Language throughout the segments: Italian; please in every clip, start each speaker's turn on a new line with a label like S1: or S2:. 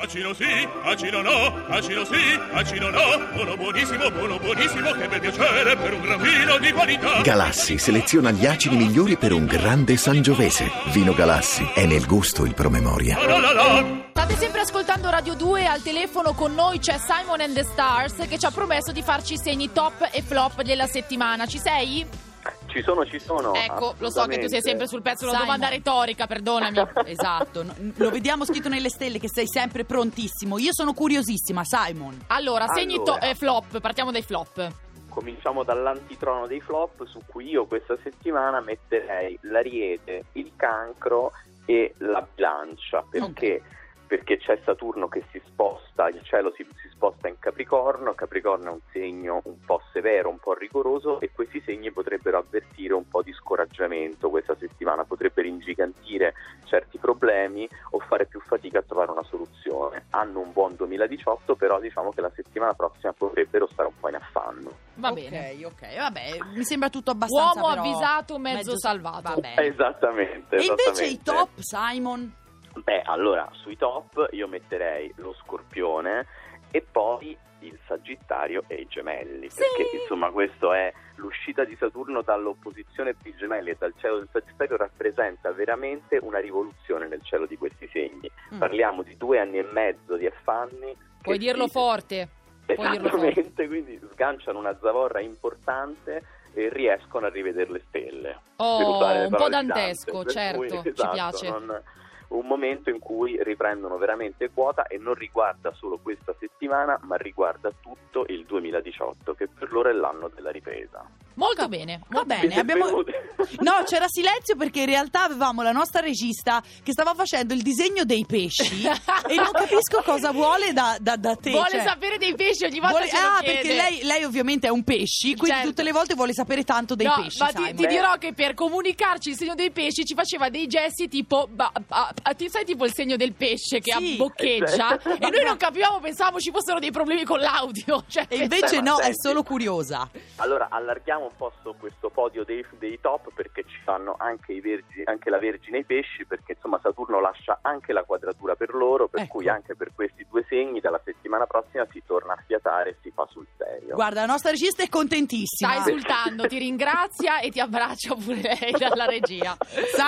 S1: Acino sì, acino no, acino sì, acino no, buono buonissimo, buono buonissimo, che bel piacere per un gran vino di qualità.
S2: Galassi seleziona gli acini migliori per un grande sangiovese. Vino Galassi è nel gusto il promemoria.
S1: La la la la.
S3: State sempre ascoltando Radio 2 al telefono con noi c'è Simon and the Stars che ci ha promesso di farci i segni top e flop della settimana. Ci sei?
S4: Ecco, Ci sono, ci sono.
S3: ecco, lo so che tu sei sempre sul pezzo, è una
S5: Simon.
S3: domanda retorica, perdonami.
S5: Esatto, no- lo vediamo scritto nelle stelle che sei sempre prontissimo. Io sono curiosissima, Simon.
S3: Allora, segni
S4: Allora.
S3: to- eh, flop, partiamo dai flop.
S4: Cominciamo dall'antitrono dei flop su cui io questa settimana metterei l'ariete, il cancro e la bilancia. Perché? Perché c'è Saturno che si sposta, il cielo si, si sposta in Capricorno, Capricorno è un segno un po' severo, un po' rigoroso e questi segni potrebbero avvertire un po' di scoraggiamento questa settimana, potrebbero ingigantire certi problemi o fare più fatica a trovare una soluzione. Hanno un buon 2018, però diciamo che la settimana prossima potrebbero stare un po' in affanno.
S3: Va
S5: Ok,
S3: bene.
S5: ok, vabbè, mi sembra tutto abbastanza
S3: Uomo
S5: però,
S3: avvisato, mezzo, salvato.
S5: Va bene.
S4: Eh, Esattamente.
S5: E invece i
S4: esattamente.
S5: top, Simon?
S4: Beh, allora, sui top io metterei lo scorpione e poi il Sagittario e i gemelli,
S3: Sì.
S4: perché insomma questo è l'uscita di Saturno dall'opposizione dei gemelli e dal cielo del Sagittario rappresenta veramente una rivoluzione nel cielo di questi segni.
S5: Mm.
S4: Parliamo di due anni e mezzo di affanni. che
S3: Puoi
S4: si-
S3: dirlo forte. puoi dirlo forte.
S4: Esattamente, quindi sganciano una zavorra importante e riescono a rivedere le stelle per
S3: Oh,
S4: usare le
S3: un po'
S4: parole di Dante,
S3: dantesco,
S4: per
S3: certo,
S4: cui,
S3: ci
S4: esatto,
S3: piace.
S4: non- un momento in cui riprendono veramente quota e non riguarda solo questa settimana, ma riguarda tutto il 2018, che per loro è l'anno della ripresa.
S3: Molto bene,
S5: Va
S3: molto
S5: bene, abbiamo...
S4: Benvenuti.
S5: No, c'era silenzio perché in realtà avevamo la nostra regista che stava facendo il disegno dei pesci e non capisco cosa vuole da, da- da te.
S3: Vuole
S5: cioè.
S3: sapere dei pesci ogni volta
S5: Vuole-
S3: ce lo
S5: Ah,
S3: chiede.
S5: perché lei, lei ovviamente è un pesci, quindi
S3: Certo.
S5: tutte le volte vuole sapere tanto dei
S3: no,
S5: pesci,
S3: ma
S5: Simon.
S3: ti, ti dirò che per comunicarci il segno dei pesci ci faceva dei gesti tipo ba- ba- ah, ti sai tipo il segno del pesce che
S5: Sì.
S3: abboccheggia
S4: Esatto.
S3: e noi non capivamo pensavamo ci fossero dei problemi con l'audio cioè,
S5: E invece
S4: Eh, ma
S5: no, è
S4: senti.
S5: solo curiosa.
S4: Allora, allarghiamo un po' su questo podio dei, dei top perché ci fanno anche, i vergi- anche la Vergine e i pesci, perché insomma Saturno lascia anche la quadratura per loro, per
S5: Ecco.
S4: cui anche per questi due segni dalla settimana prossima si torna a fiatare e si fa sul serio.
S5: Guarda, la nostra regista è contentissima.
S3: sta esultando ti ringrazia e ti abbraccia pure lei dalla regia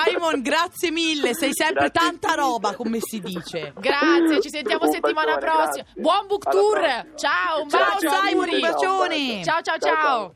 S5: Simon, grazie mille, sei sempre
S4: Grazie
S5: tanta
S4: mille.
S5: roba, come si dice.
S3: grazie ci sentiamo
S4: Un
S3: settimana
S4: bacione,
S3: prossima
S4: grazie.
S3: buon book
S4: Alla
S3: tour
S4: prossima.
S3: ciao un
S5: Ciao,
S3: bacio
S5: Simon,
S3: a tutti.
S5: un bacione.
S3: ciao ciao ciao